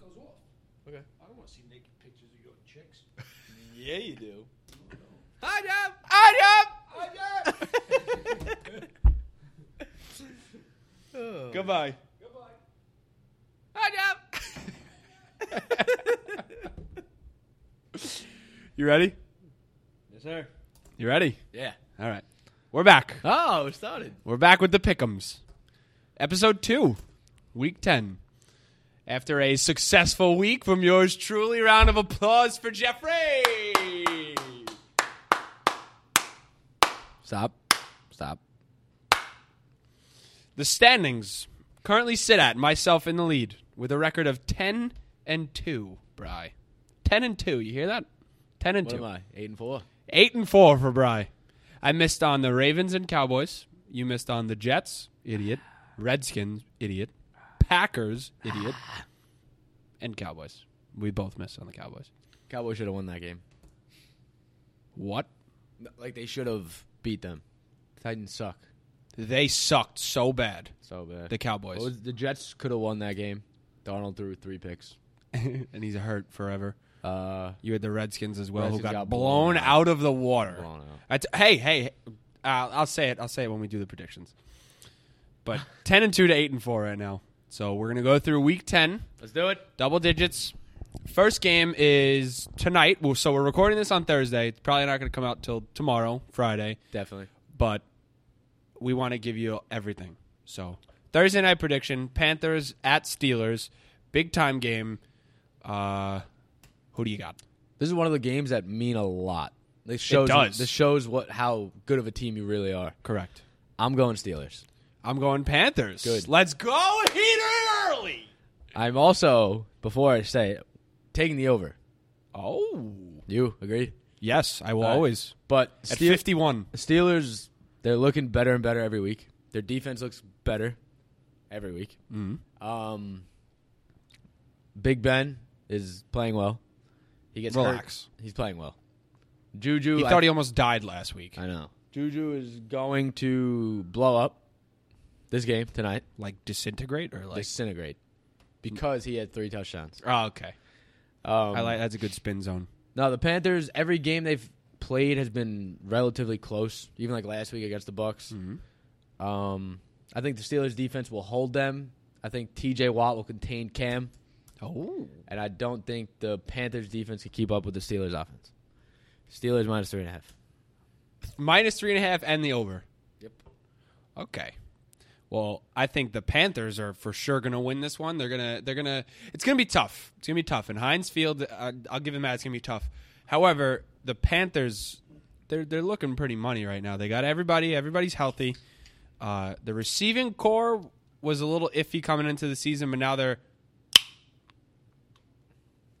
goes off. Okay. I don't want to see naked pictures of your chicks. Yeah, you do. No, no. Hi, Jeff. Hi, I got it. Jeff. Goodbye. Goodbye. Hi, Jeff. you ready? Yes, sir. You ready? Yeah. All right. We're back. Oh, it started. We're back with the Pick'ems. Episode 2, Week 10. After a successful week from yours truly, round of applause for Jeffrey. Stop. Stop. The standings currently sit at myself in the lead with a record of 10 and 2, Bry. 10 and 2, you hear that? 10 and What 2. am I? Eight and four. 8 and 4 for Bry. I missed on the Ravens and Cowboys. You missed on the Jets, idiot. Redskins, idiot. Packers, idiot. And Cowboys. We both missed on the Cowboys. Cowboys should have won that game. What? Like they should have beat them. Titans suck They sucked so bad. so bad. The Cowboys. What was- the Jets could have won that game. Donald threw three picks. and he's hurt forever. Uh, You had the Redskins as well, who Redskins got, got blown, blown out of the water. Blown out. I t- hey, hey, hey, uh, I'll say it. I'll say it when we do the predictions. But ten and two to eight and four right now. So we're gonna go through week ten, let's do it. double digits. First game is tonight. Well, So we're recording this on Thursday. It's probably not gonna come out till tomorrow, Friday. Definitely. But we want to give you everything. So Thursday night prediction: Panthers at Steelers, big time game. Uh, who do you got? This is one of the games that mean a lot. This shows. does. This shows what how good of a team you really are. Correct. I'm going Steelers. I'm going Panthers. Good. Let's go heater early. I'm also before I say it, taking the over. Oh. You agreed? Yes, I will All right. always. But At Steel- 51. Steelers, they're looking better and better every week. Their defense looks better every week. Mm-hmm. Um, Big Ben is playing well. He gets Relax. Hurt. He's playing well. Juju, He I, thought he almost died last week. I know. Juju is going to blow up this game tonight, Like disintegrate or like disintegrate, because he had three touchdowns. Oh, okay. Um, I like that's a good spin zone. No, the Panthers. Every game they've played has been relatively close. Even like last week against the Bucks. Um, I think the Steelers' defense will hold them. I think T.J. Watt will contain Cam, Oh. and I don't think the Panthers' defense can keep up with the Steelers' offense. Steelers minus three and a half. Minus three and a half and the over. Yep. Okay. Well, I think the Panthers are for sure going to win this one. They're gonna, they're gonna. It's gonna be tough. It's gonna be tough. In Heinz Field, uh, I'll give him that. It's gonna be tough. However, the Panthers, they're they're looking pretty money right now. They got everybody. Everybody's healthy. Uh, the receiving core was a little iffy coming into the season, but now they're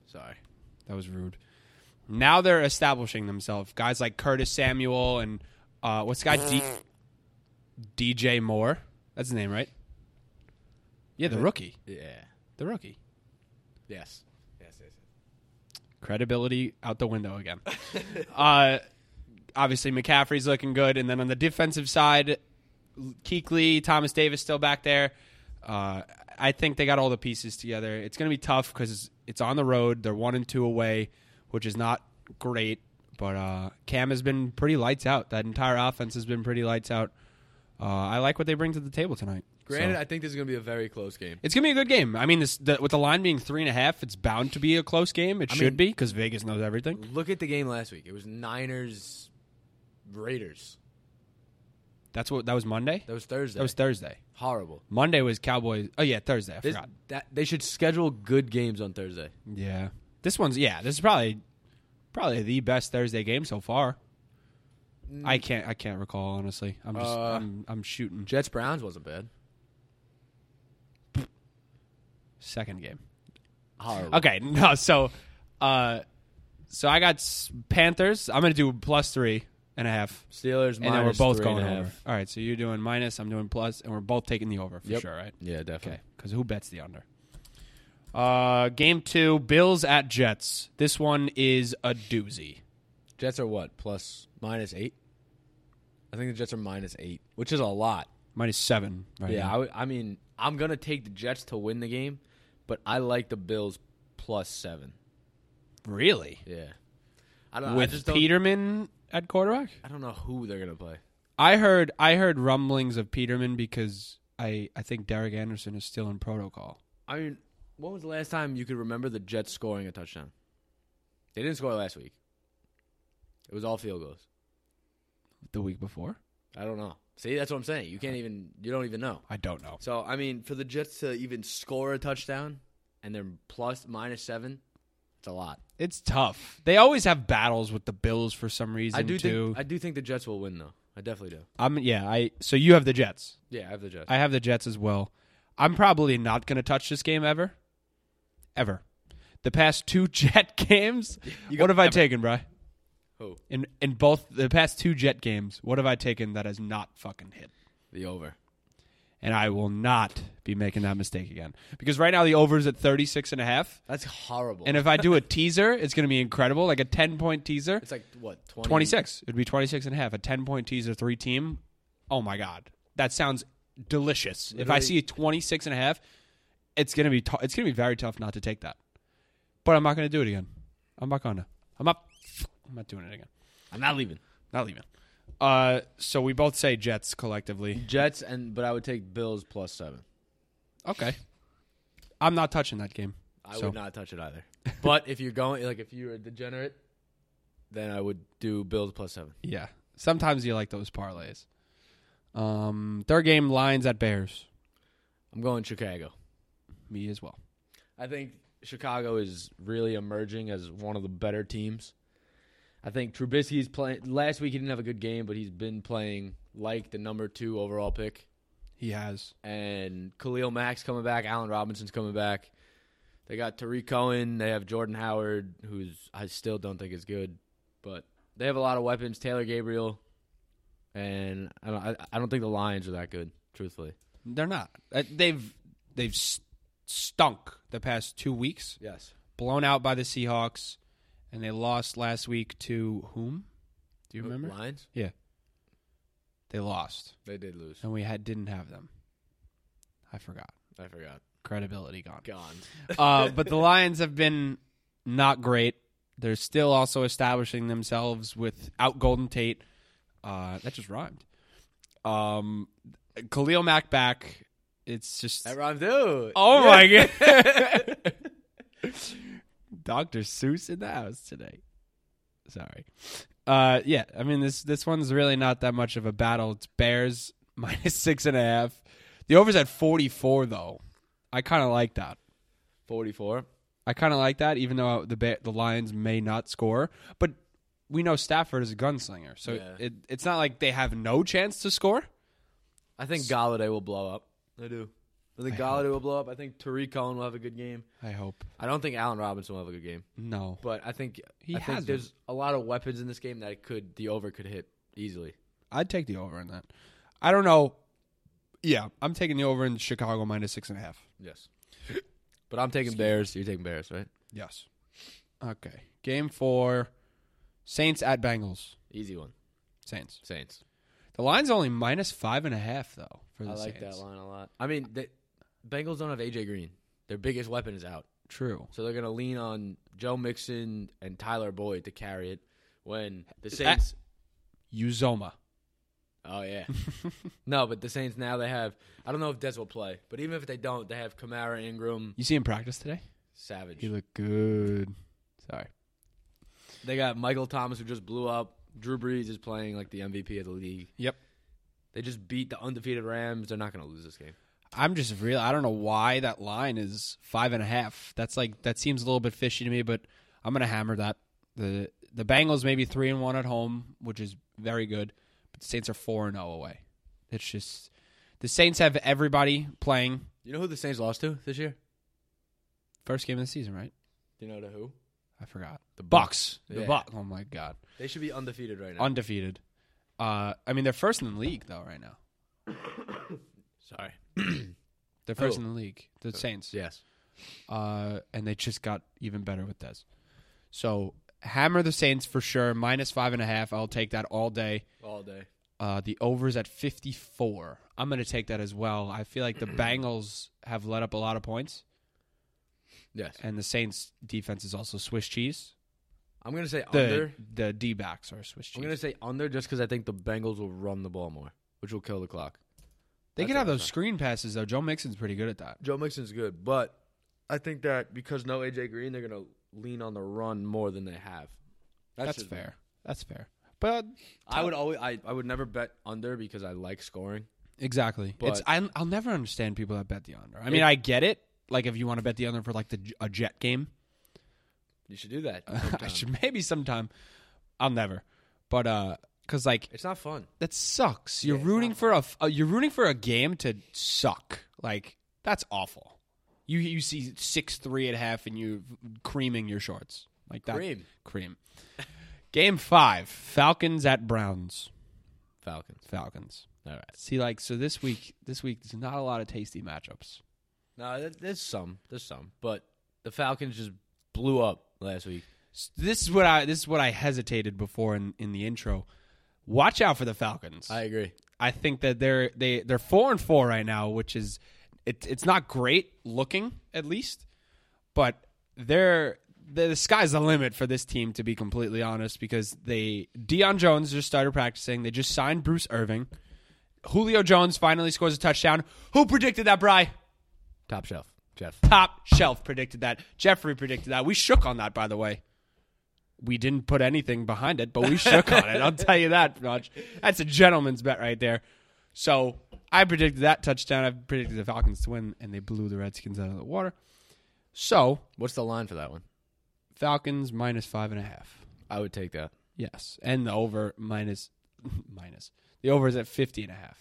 Sorry. that was rude. Now they're establishing themselves. Guys like Curtis Samuel and uh, what's the guy D- DJ Moore. That's his name, right? Yeah, the rookie. Yeah. The rookie. Yes. Yes. Yes. Credibility out the window again. uh, obviously, McCaffrey's looking good. And then on the defensive side, L- Kuechly, Thomas Davis still back there. Uh, I think they got all the pieces together. It's going to be tough because it's on the road. They're one and two away, which is not great. But uh, Cam has been pretty lights out. That entire offense has been pretty lights out. Uh, I like what they bring to the table tonight. Granted, So- I think this is going to be a very close game. It's gonna be a good game. I mean, this, the, with the line being three and a half, it's bound to be a close game. It I should mean- be because Vegas knows everything. Look at the game last week. It was Niners, Raiders. That's what that was Monday. That was Thursday. That was Thursday. horrible. Monday was Cowboys. Oh yeah, Thursday. I This, forgot. that they should schedule good games on Thursday. Yeah, this one's yeah. This is probably probably the best Thursday game so far. I can't I can't recall honestly. I'm just Mm. Uh, I'm, I'm shooting Jets Browns wasn't bad. second game. Horrible. Okay, no. So, uh, so I got s- Panthers. I'm gonna do plus three and a half. Steelers And then we're minus both three and going a over. half. All right, so you're doing minus, I'm doing plus, and we're both taking the over for Yep. sure, right? Yeah, Okay, definitely. because who bets the under? Uh, game two, Bills at Jets. This one is a doozy. Jets are what? Plus minus eight. I think the Jets are minus eight, which is a lot. Minus seven, right? Yeah, I now. would- I mean, I'm gonna take the Jets to win the game, but I like the Bills plus seven. Really? Yeah, I don't. I With just don't, Peterman at quarterback? I don't know who they're gonna play. I heard I heard rumblings of Peterman because I I think Derek Anderson is still in protocol. I mean, when was the last time you could remember the Jets scoring a touchdown? They didn't score last week. It was all field goals. The week before? I don't know. See, that's what I'm saying. You can't even. You don't even know. I don't know. So I mean, for the Jets to even score a touchdown and they're plus minus seven, it's a lot. It's tough. They always have battles with the Bills for some reason I do too. think I do think the Jets will win though. I definitely do. I'm yeah, I so you have the Jets. Yeah, I have the Jets. I have the Jets as well. I'm probably not going to touch this game ever. Ever. The past two Jet games, You what got have I ever. taken, Bry? Who? In in both the past two Jet games, what have I taken that has not fucking hit? The over. And I will not be making that mistake again. Because right now the over is at 36 and a half, That's horrible. and if I do a teaser, it's going to be incredible, like a 10-point teaser. it's like what 20? 26. It'd be 26 and a half, a 10-point teaser three team. Oh my god. That sounds delicious. if I Literally- see 26 and a half, it's going to be tou- it's going to be very tough not to take that. But I'm not going to do it again. I'm not going to. I'm not I'm not doing it again. I'm not leaving. Not leaving. Uh so we both say Jets collectively. Jets and but I would take Bills plus seven. Okay. I'm not touching that game. I So- would not touch it either. But if you're going like if you're a degenerate, then I would do Bills plus seven. Yeah. Sometimes you like those parlays. Um, third game, Lions at Bears. I'm going Chicago. Me as well. I think Chicago is really emerging as one of the better teams. I think Trubisky's playing. Last week he didn't have a good game, but he's been playing like the number two overall pick. He has. And Khalil Mack's coming back. Allen Robinson's coming back. They got Tariq Cohen. They have Jordan Howard, who's I still don't think is good, but they have a lot of weapons. Taylor Gabriel, and I don't. I, I don't think the Lions are that good, truthfully. They're not. Uh, They've they've s- stunk the past two weeks. Yes. Blown out by the Seahawks, and they lost last week to whom? Do you remember? Lions? Yeah. They lost, They did lose. and we had didn't have them. I forgot. I forgot. Credibility gone. Gone. uh, but the Lions have been not great. They're still also establishing themselves without Golden Tate. Uh, that just rhymed. Um, Khalil Mack back. It's just That rhymes, dude. oh my god. Dr. Seuss in the house today. Sorry. Uh, yeah, I mean this this one's really not that much of a battle. It's Bears minus six and a half. The over's at forty four though. I kind of like that. 44. I kind of like that, even though the Ba- the Lions may not score. But we know Stafford is a gunslinger, so Yeah. it, it's not like they have no chance to score. I think Galladay will blow up. I do. I think I Galladay will blow up. I think Tariq Cohen will have a good game. I hope I don't think Allen Robinson will have a good game, no. but I think He I has think there's a lot of weapons in this game that it could the over could hit easily. I'd take the over in that. I don't know. Yeah, I'm taking the over in Chicago minus six and a half. Yes. But I'm taking Bears. You're taking Bears, right? Yes. Okay. Game four, Saints at Bengals. Easy one. Saints. Saints. The line's only minus five and a half though for the I like Saints. that line a lot. I mean, the Bengals don't have AJ Green. Their biggest weapon is out. True. So they're going to lean on Joe Mixon and Tyler Boyd to carry it when the that- Saints Uzoma. Oh yeah. no, but the Saints now they have. I don't know if Des will play, but even if they don't, they have Kamara, Ingram, You see him practice today? Savage. He looked good. Sorry. They got Michael Thomas who just blew up. Drew Brees is playing like the MVP of the league. Yep. They just beat the undefeated Rams. They're not going to lose this game. I'm just real. I don't know why that line is five and a half. That's like that seems a little bit fishy to me, but I'm gonna hammer that. the The Bengals maybe three and one at home, which is very good. But the Saints are four and zero away. It's just the Saints have everybody playing You know who the Saints lost to this year? first game of the season, right? Do you know to who? I forgot the Bucks. The Yeah. Bucks. Oh my god, They should be undefeated right now. undefeated. Uh, I mean they're first in the league though right now. Sorry. They're first Who? in the league. The Saints. Yes. uh, and they just got even better with Des. So hammer the Saints for sure, minus five and a half. I'll take that all day. All day. Uh, the overs at fifty four. I'm going to take that as well. I feel like the Bengals have let up a lot of points, Yes. and the Saints defense is also Swiss cheese. I'm going to say The under. the D backs are Swiss I'm cheese. going to say under just because I think the Bengals will run the ball more, which will kill the clock. they That's could what have I'm those saying. screen passes though. Joe Mixon's pretty good at that. Joe Mixon's good, but I think that because no AJ Green, they're going to lean on the run more than they have. That's, just- fair. That's fair. But I would always I, I would never bet under because I like scoring. exactly, it's But- I, I'll never understand people that bet the under. I mean, I get it. Like if you want to bet the under for like the a jet game, You should do that. I should maybe sometime. I'll never, but uh, cause like It's not fun. that sucks. You're rooting for a, a you're rooting for a game to suck. Like that's awful. You you see six three at half and you creaming your shorts like that. Cream. cream. Game five, Falcons at Browns. Falcons. Falcons. All right. See, like so this week, this week there's not a lot of tasty matchups. No, there- there's some. There's some. But the Falcons just blew up last week. S- This is what I this is what I hesitated before in in the intro. Watch out for the Falcons. I agree. I think that they're they they're four and four right now, which is it, it's not great looking at least, but they're the, the sky's the limit for this team to be completely honest because they Deion Jones just started practicing. They just signed Bruce Irving. Julio Jones finally scores a touchdown. Who predicted that, Bry? Top shelf. Jeff. Top shelf predicted that. Jeffrey predicted that. We shook on that, by the way. We didn't put anything behind it, but we shook on it. I'll tell you that much. That's a gentleman's bet right there. So I predicted that touchdown. I predicted the Falcons to win, and they blew the Redskins out of the water. So What's the line for that one? Falcons minus five and a half. I would take that. Yes, and the over minus minus the over is at fifty and a half.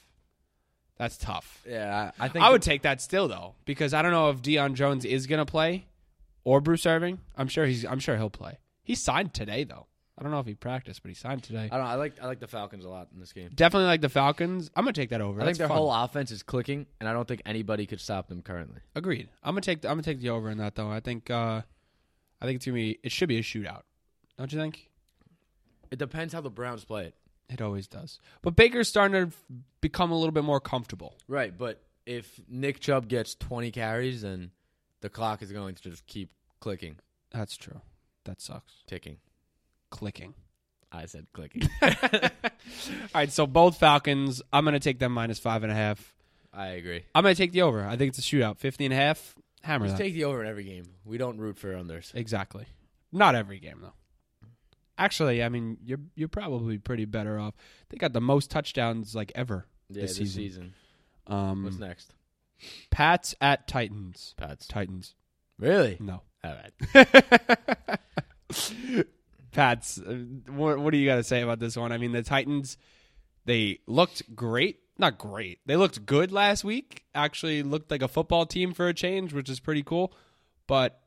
That's tough. Yeah, I, think I would take that still though, because I don't know if Deion Jones is gonna play or Bruce Irving. I'm sure he's I'm sure he'll play. He signed today though. I don't know if he practiced, but he signed today. I don't. know, I like. I like the Falcons a lot in this game. Definitely like the Falcons. I'm gonna take that over. I think That's their fun. whole offense is clicking, and I don't think anybody could stop them currently. agreed. I'm gonna take the, I'm gonna take the over in that though. I think uh I think it's gonna be it should be a shootout. Don't you think? It depends how the Browns play it. It always does. But Baker's starting to become a little bit more comfortable. Right, but if Nick Chubb gets 20 carries, then the clock is going to just keep clicking, That's true. That sucks. ticking. Clicking. I said clicking. All right, so both Falcons. I'm gonna take them minus five and a half. I agree. I'm going to take the over. I think it's a shootout. 50 and a half. Hammer Just that. take the over in every game. We don't root for unders. exactly. Not every game though. Actually, I mean, you're you're probably pretty better off. They got the most touchdowns like ever. Yeah, this this season. season. Mm. What's Um next? Pats at Titans. Pats. Mm. Titans. Really? No. All right. Pats. uh, What what do you got to say about this one? I mean, the Titans they looked great. Not great. They looked good last week. Actually looked like a football team for a change, which is pretty cool. But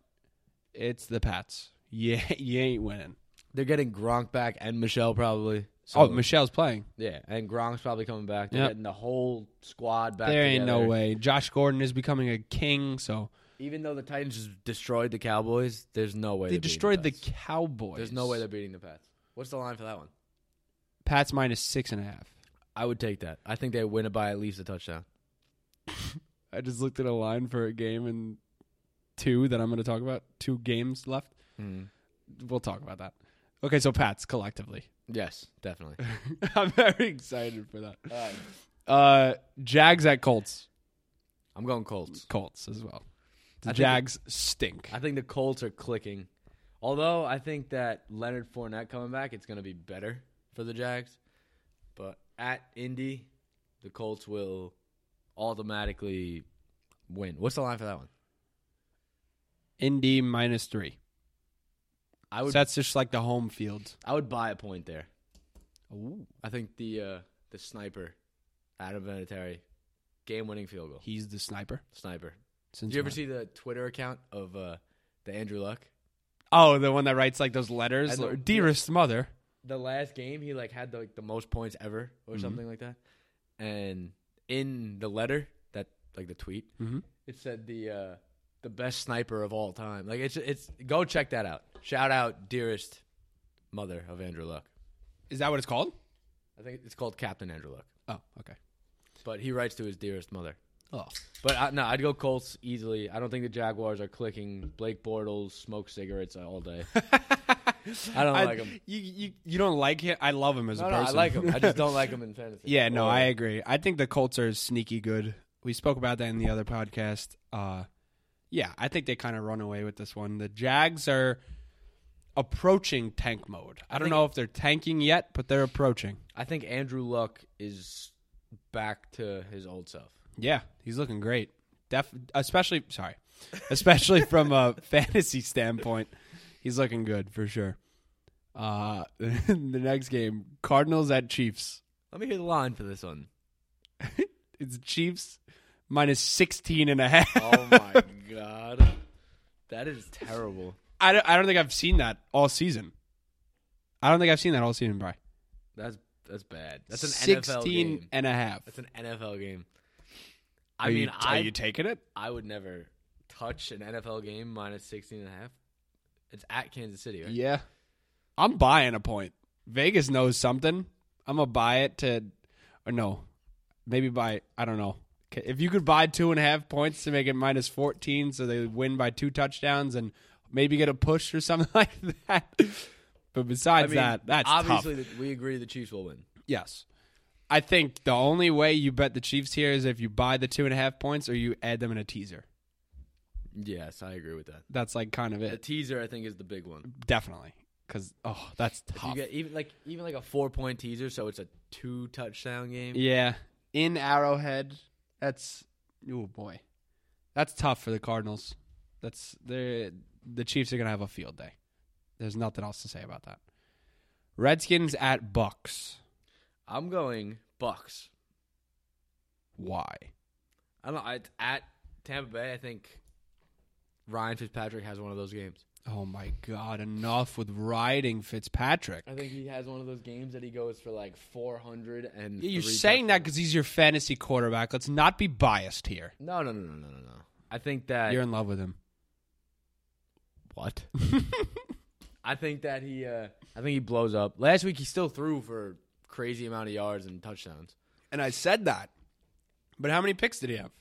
it's the Pats. Yeah, you ain't winning. They're getting Gronk back and Michelle probably. Oh, Michelle's playing. yeah, and Gronk's probably coming back. They're Yep. getting the whole squad back. there ain't no together. way. Josh Gordon is becoming a king, so Even though the Titans just destroyed the Cowboys, there's no way they they're beating destroyed the Pats. Cowboys. There's no way they're beating the Pats. What's the line for that one? Pats minus six and a half. I would take that. I think they win it by at least a touchdown. I just looked at a line for a game and two that I'm going to talk about. Two games left. Hmm. We'll talk about that. Okay, so Pats collectively. Yes, definitely. I'm very excited for that. Uh, Jags at Colts. I'm going Colts. Colts as I well. The think- Jags stink. I think the Colts are clicking. Although I think that Leonard Fournette coming back, it's going to be better for the Jags. But at Indy, the Colts will automatically win. What's the line for that one? Indy minus three. I So would that's just like the home field. I would buy a point there. I think the uh, the sniper, Adam Vinatieri, game winning field goal. He's the sniper. Sniper. Since Did you ever when? see the Twitter account of uh, the Andrew Luck? Oh, the one that writes like those letters. I know. Dearest mother. the last game he like had the, like the most points ever or something like that. And in the letter that like the tweet, it said the uh the best sniper of all time. Like it's it's go check that out. Shout out dearest mother of Andrew Luck. Is that what it's called? I think it's called Captain Andrew Luck. Oh, okay. But he writes to his dearest mother. Oh, But I, no, I'd go Colts easily. I don't think the Jaguars are clicking. Blake Bortles smoke cigarettes all day. I don't like him. You, you you don't like him. I love him as No, a no, person. I like him. I just don't like him in fantasy. yeah, no, Or- I agree. I think the Colts are sneaky good. We spoke about that in the other podcast. Uh, yeah, I think they kind of run away with this one. The Jags are approaching tank mode. I, don't think- know if they're tanking yet, but they're approaching. I think Andrew Luck is back to his old self. Yeah, he's looking great. Def, especially sorry, especially from a fantasy standpoint, he's looking good for sure. Uh, the next game, Cardinals at Chiefs. Let me hear the line for this one. It's Chiefs minus 16 and a half. Oh my god, that is terrible. I don't, I don't think I've seen that all season. I don't think I've seen that all season, Bry. That's that's bad. That's an 16 NFL game. and a half. That's an NFL game. I Are mean, you, I are you taking it? I would never touch an NFL game minus 16 and a half. It's at Kansas City, right? Yeah. I'm buying a point. Vegas knows something. I'm going to buy it to, or no, maybe buy, I don't know. K- If you could buy two and a half points to make it minus 14 so they win by two touchdowns and maybe get a push or something like that. But I besides mean, that, that's obviously tough. that we agree the Chiefs will win. Yes. I think the only way you bet the Chiefs here is if you buy the two and a half points or you add them in a teaser. Yes, I agree with that. That's like kind of The it. teaser I think is the big one. Definitely. Because, oh, that's You tough. get even like even like a 4-point teaser, so it's a two touchdown game. Yeah. In Arrowhead, that's oh boy. That's tough for the Cardinals. That's they the Chiefs are going to have a field day. There's nothing else to say about that. Redskins at Bucks. I'm going Bucks. Why? I don't know, it's at Tampa Bay. I think Ryan Fitzpatrick has one of those games. Oh my god, enough with riding Fitzpatrick. I think he has one of those games that he goes for like 400 and You're three saying that touchdowns. cuz he's your fantasy quarterback. Let's not be biased here. No, no, no, no, no, no, no. I think that You're in love with him. What? I think that he uh I think he blows up. Last week he still threw for crazy amount of yards and touchdowns. And I said that. But how many picks did he have?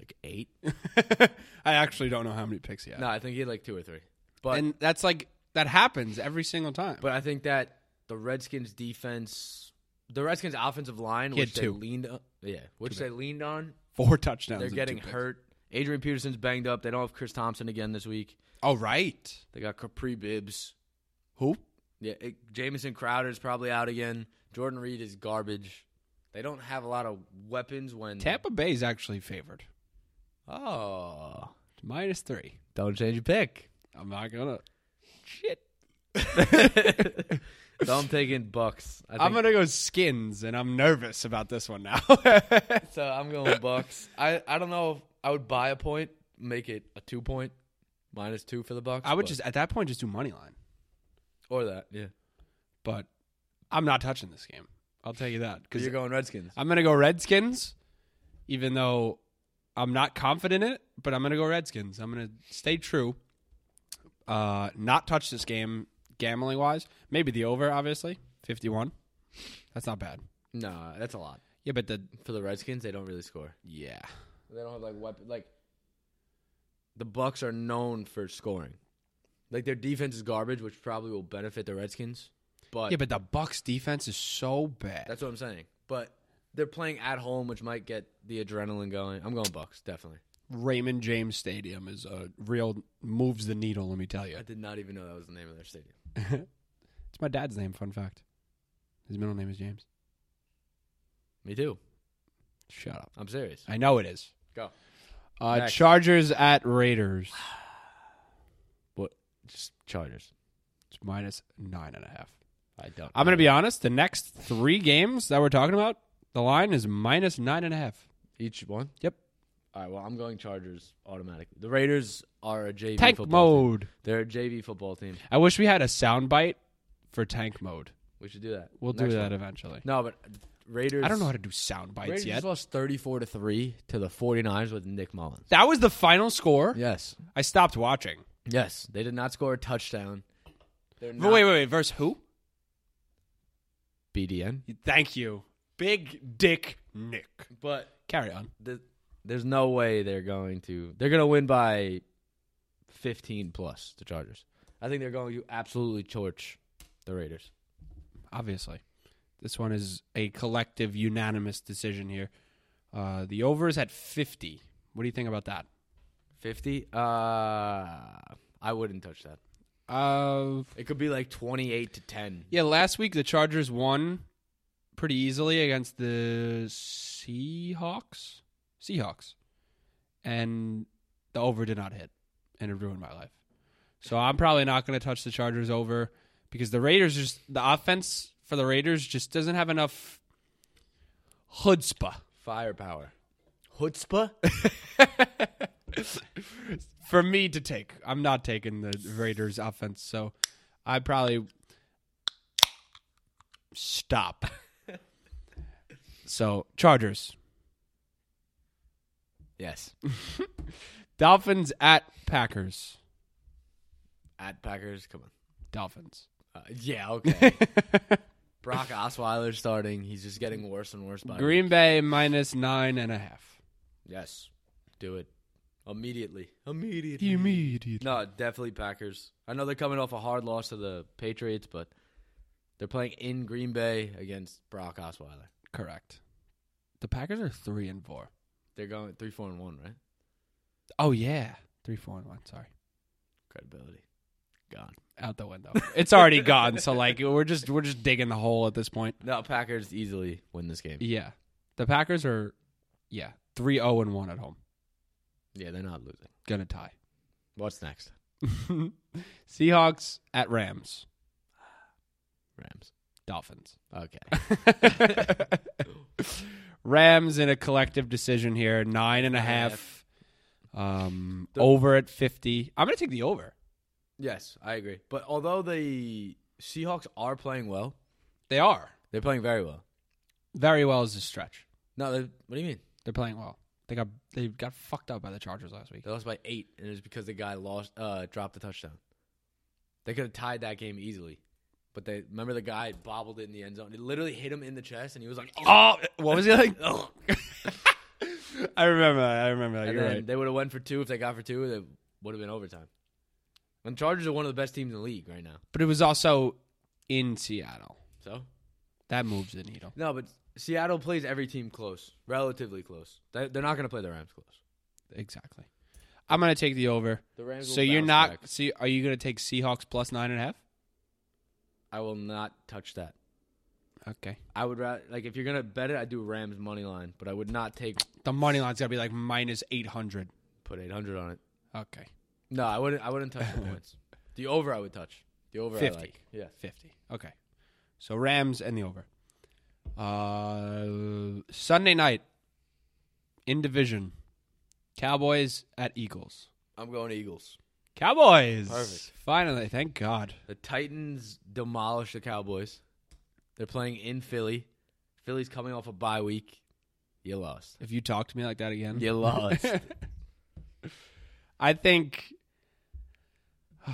Like 8? I actually don't know how many picks he had. No, I think he had like 2 or 3. But and that's like that happens every single time. but I think that the Redskins defense the Redskins offensive line He had which they two. leaned on, yeah, which they leaned on, four touchdowns. they're and getting two picks. hurt. Adrian Peterson's banged up. They don't have Chris Thompson again this week. Oh right. They got Capri Bibbs. Who? Yeah, it, Jamison Crowder's probably out again. Jordan Reed is garbage. They don't have a lot of weapons when Tampa Bay is actually favored. Oh. Minus three. Don't change your pick. I'm not gonna. Shit. So I'm taking Bucks. I think, I'm gonna go skins, and I'm nervous about this one now. so I'm going Bucks. I, I don't know if I would buy a point, make it a two point, minus two for the Bucks. I would but- just at that point just do money line, or that. Yeah, but I'm not touching this game. I'll tell you that because because you're going Redskins. I'm gonna go Redskins, even though I'm not confident in it. But I'm gonna go Redskins. I'm gonna stay true. Uh, not touch this game gambling wise. Maybe the over, obviously, fifty-one. That's not bad. No, that's a lot Yeah, but the for the Redskins. They don't really score. yeah, They don't have like weapon. Like the Bucks are known for scoring. Like their defense is garbage, which probably will benefit the Redskins. But yeah, but the Bucks defense is so bad. That's what I'm saying. But they're playing at home, which might get the adrenaline going. I'm going Bucks, definitely. Raymond James Stadium is a real moves the needle. Let me tell you, I did not even know that was the name of their stadium. it's my dad's name. Fun fact: his middle name is James. Me too. Shut up. I'm serious. I know it is. Go. Uh, Next. Chargers at Raiders. What? Just Chargers. It's minus nine and a half. I don't. I'm going to be honest. The next three games that we're talking about, the line is minus nine and a half. each one. Yep. All right. Well, I'm going Chargers automatically. The Raiders are a JV Tank football team. mode. They're a JV football team. I wish we had a soundbite for tank mode. We should do that. We'll Next do that one. eventually. No, but Raiders. I don't know how to do sound bites Raiders yet. lost 34 to three to the 49ers with Nick Mullins. That was the final score. Yes. I stopped watching. Yes. They did not score a touchdown. They're But wait, wait, wait. Verse who? BDN. Thank you. Big dick Nick. But Carry on. the, there's no way they're going to. They're going to win by 15 plus the Chargers. I think they're going to absolutely torch the Raiders. Obviously, this one is a collective, unanimous decision here. Uh, the over is at fifty. What do you think about that? 50? Uh, I wouldn't touch that. Uh, It could be like 28 to 10. yeah. Last week the Chargers won pretty easily against the Seahawks. Seahawks, and the over did not hit, and it ruined my life. So I'm probably not going to touch the Chargers over because the Raiders just the offense for the Raiders just doesn't have enough chutzpah. Firepower. Chutzpah? for me to take. I'm not taking the Raiders offense, so I probably stop. so Chargers, yes. Dolphins at Packers, At Packers, come on. Dolphins. Uh, yeah, okay. Brock Osweiler starting. He's just getting worse and worse by the Green Bay minus nine and a half. Yes. Do it. Immediately. Immediately. Immediately. No, definitely Packers. I know they're coming off a hard loss to the Patriots, but they're playing in Green Bay against Brock Osweiler. Correct. The Packers are three and four. They're going three, four, and one, right? Oh yeah, three, four, and one. Sorry. Credibility. Gone. Out the window. It's already gone. So like we're just we're just digging the hole at this point. No, Packers easily win this game. Yeah. The Packers are yeah, 3-0 and 1 at home. Yeah, they're not losing. Gonna tie. What's next? Seahawks at Rams. Rams. Dolphins. Okay. Rams in a collective decision here, nine and a half. Um over at fifty. I'm gonna take the over. yes, I agree. But although the Seahawks are playing well, They are. they're playing very well. Very well as a stretch. No, they, what do you mean? They're playing well. They got they got fucked up by the Chargers last week. They lost by eight, and it was because the guy lost, uh, dropped the touchdown. They could have tied that game easily, but they remember the guy bobbled it in the end zone. It literally hit him in the chest, and he was like, "Oh!" Oh what was he like? I remember that. I remember that. And You're then right. they would have went for two if they got for two. They would have been overtime. And Chargers are one of the best teams in the league right now. But it was also in Seattle. So That moves the needle. no, but Seattle plays every team close, relatively close. They- They're not going to play the Rams close. Exactly. I'm gonna take the over. The Rams. So you're not. See, are you gonna take Seahawks plus nine and a half? I will not touch that. Okay. I would rather like if you're gonna bet it, I do Rams money line, but I would not take The money line's gotta be like minus eight hundred. put 800 on it. Okay. No, I wouldn't. I wouldn't touch the points. The over, I would touch. The over, 50. I like. Yeah. Fifty. Okay. So Rams and the over. Uh, Sunday night in division, Cowboys at Eagles. I'm going Eagles. Cowboys. Perfect. Finally, thank God. The Titans demolish the Cowboys. They're playing in Philly. Philly's coming off a bye week. You lost. If you talk to me like that again, You lost. I think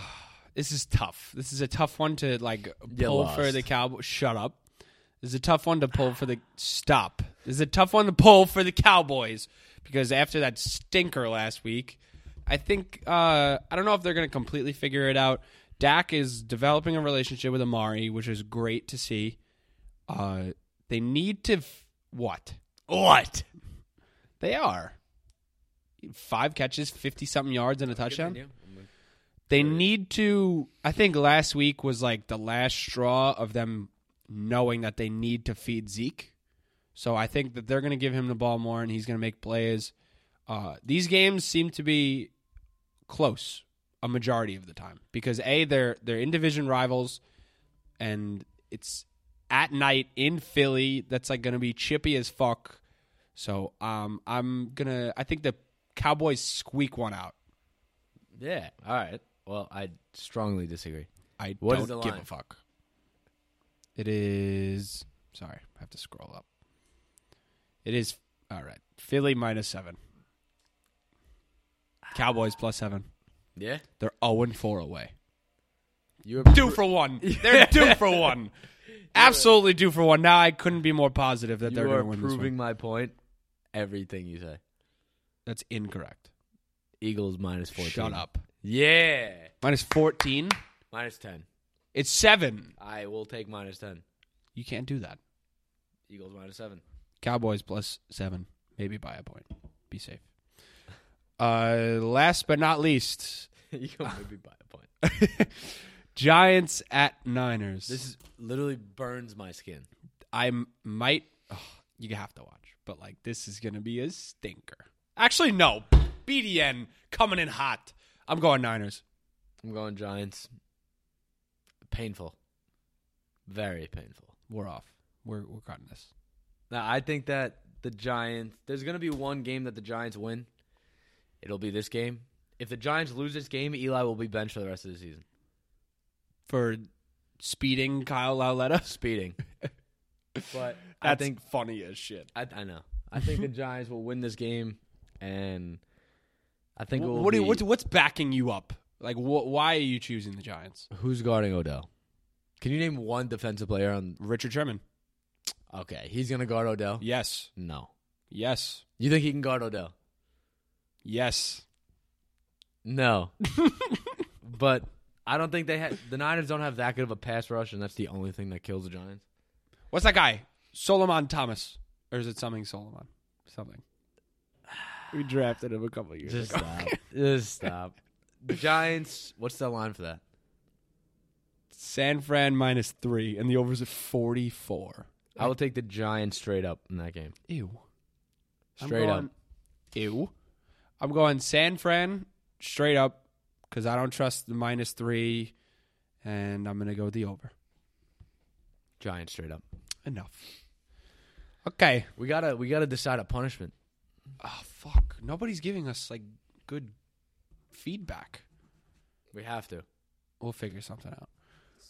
this is tough. This is a tough one to like You pull for lost. the Cowboys. Shut up. This is a tough one to pull for the stop. This is a tough one to pull for the Cowboys because after that stinker last week, I think uh, I don't know if they're going to completely figure it out. Dak is developing a relationship with Amari, which is great to see. Uh, they need to f- what? what? They are. Five catches, 50 something yards, and a touchdown. They need to. I think last week was like the last straw of them knowing that they need to feed Zeke. So I think that they're going to give him the ball more and he's going to make plays. Uh, these games seem to be close a majority of the time because a they're they're in division rivals and it's at night in Philly. That's like going to be chippy as fuck. So um, I'm gonna. I think the Cowboys squeak one out. Yeah. All right. Well, I strongly disagree. I What don't is the give line? a fuck. It is. Sorry, I have to scroll up. It is. All right. Philly minus seven. Cowboys Ah. plus seven. Yeah. They're 0 and 4 away. You're Due for one. They're due for one. absolutely due for one. Now I couldn't be more positive that they're You going are to win this proving one. my point. Everything you say. That's incorrect. Eagles minus 14. Shut up. Yeah. Minus fourteen. Minus 10. It's seven. I will take minus 10. You can't do that. Eagles minus 7. Cowboys plus seven, maybe by a point. Be safe. Uh, last but not least, you can maybe buy a point. Giants at Niners. This is literally burns my skin. I m- might. ugh, you have to watch, but like this is gonna be a stinker. Actually, no. BDN coming in hot. I'm going Niners. I'm going Giants. Painful. Very painful. We're off. We're we're cutting this. Now, I think that the Giants, there's going to be one game that the Giants win. It'll be this game. If the Giants lose this game, Eli will be benched for the rest of the season. for speeding Kyle Lauletta. Speeding. but I That's think funny as shit. I, I know. I think the Giants will win this game, and I think it will What do you, be- what's, what's backing you up? Like, wh- why are you choosing the Giants? who's guarding Odell? Can you name one defensive player on? Richard Sherman. Okay, he's gonna guard Odell. Yes. No, Yes. you think he can guard Odell? Yes. No, but I don't think they have. The Niners don't have that good of a pass rush, and that's the only thing that kills the Giants. What's that guy? Solomon Thomas. Or is it something Solomon? Something. We drafted him a couple years Just stop. Just stop. The Giants. What's the line for that? San Fran minus three, and the over's at 44. I will take the Giants straight up in that game. Ew. I'm Straight up. going- Ew. I'm going San Fran straight up because I don't trust the minus three, and I'm going to go with the over. Giants straight up. Enough. Okay. We gotta we gotta decide a punishment. Oh, fuck. Nobody's giving us, like, good feedback. We have to. We'll figure something out.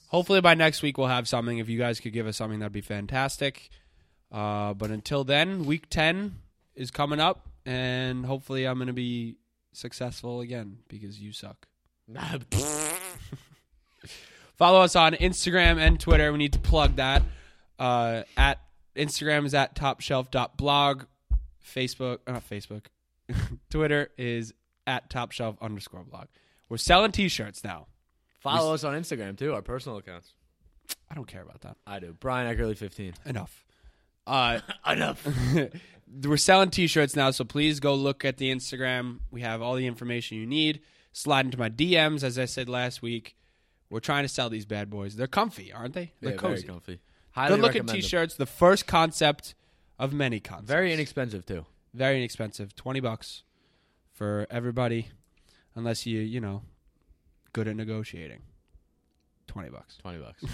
Hopefully by next week we'll have something. If you guys could give us something, that'd be fantastic. Uh, but until then, week 10 is coming up, and hopefully I'm going to be successful again because you suck. Follow us on Instagram and Twitter. We need to plug that. Uh, at Instagram is at topshelf.blog. Facebook, uh, not Facebook. Twitter is at topshelf underscore blog. We're selling t-shirts now. Follow us on Instagram too, our personal accounts. I don't care about that. I do. Brian Eckerly fifteen. Enough. Uh, Enough. we're selling t-shirts now, so please go look at the Instagram. We have all the information you need. Slide into my DMs, as I said last week. We're trying to sell these bad boys. They're comfy, aren't they? They're very cozy. comfy. Highly Good looking recommend them. t-shirts. The first concept of many concepts. Very inexpensive too. very inexpensive. Twenty bucks for everybody, unless you you know good at negotiating. Twenty bucks. Twenty bucks.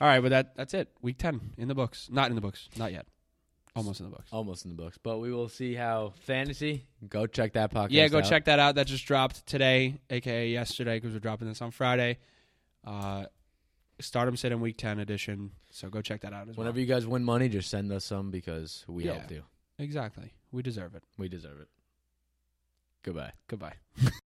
All right, but that that's it. Week ten in the books. Not in the books. Not yet. Almost in the books. Almost in the books, but we will see how fantasy. Go check that podcast. yeah, go out. check that out. That just dropped today, aka yesterday, because we're dropping this on Friday. Uh, Stardom Sit in Week Ten edition. So go check that out as Whenever well. you guys win money, just send us some because we Yeah. helped you. exactly, we deserve it. We deserve it. Goodbye. Goodbye.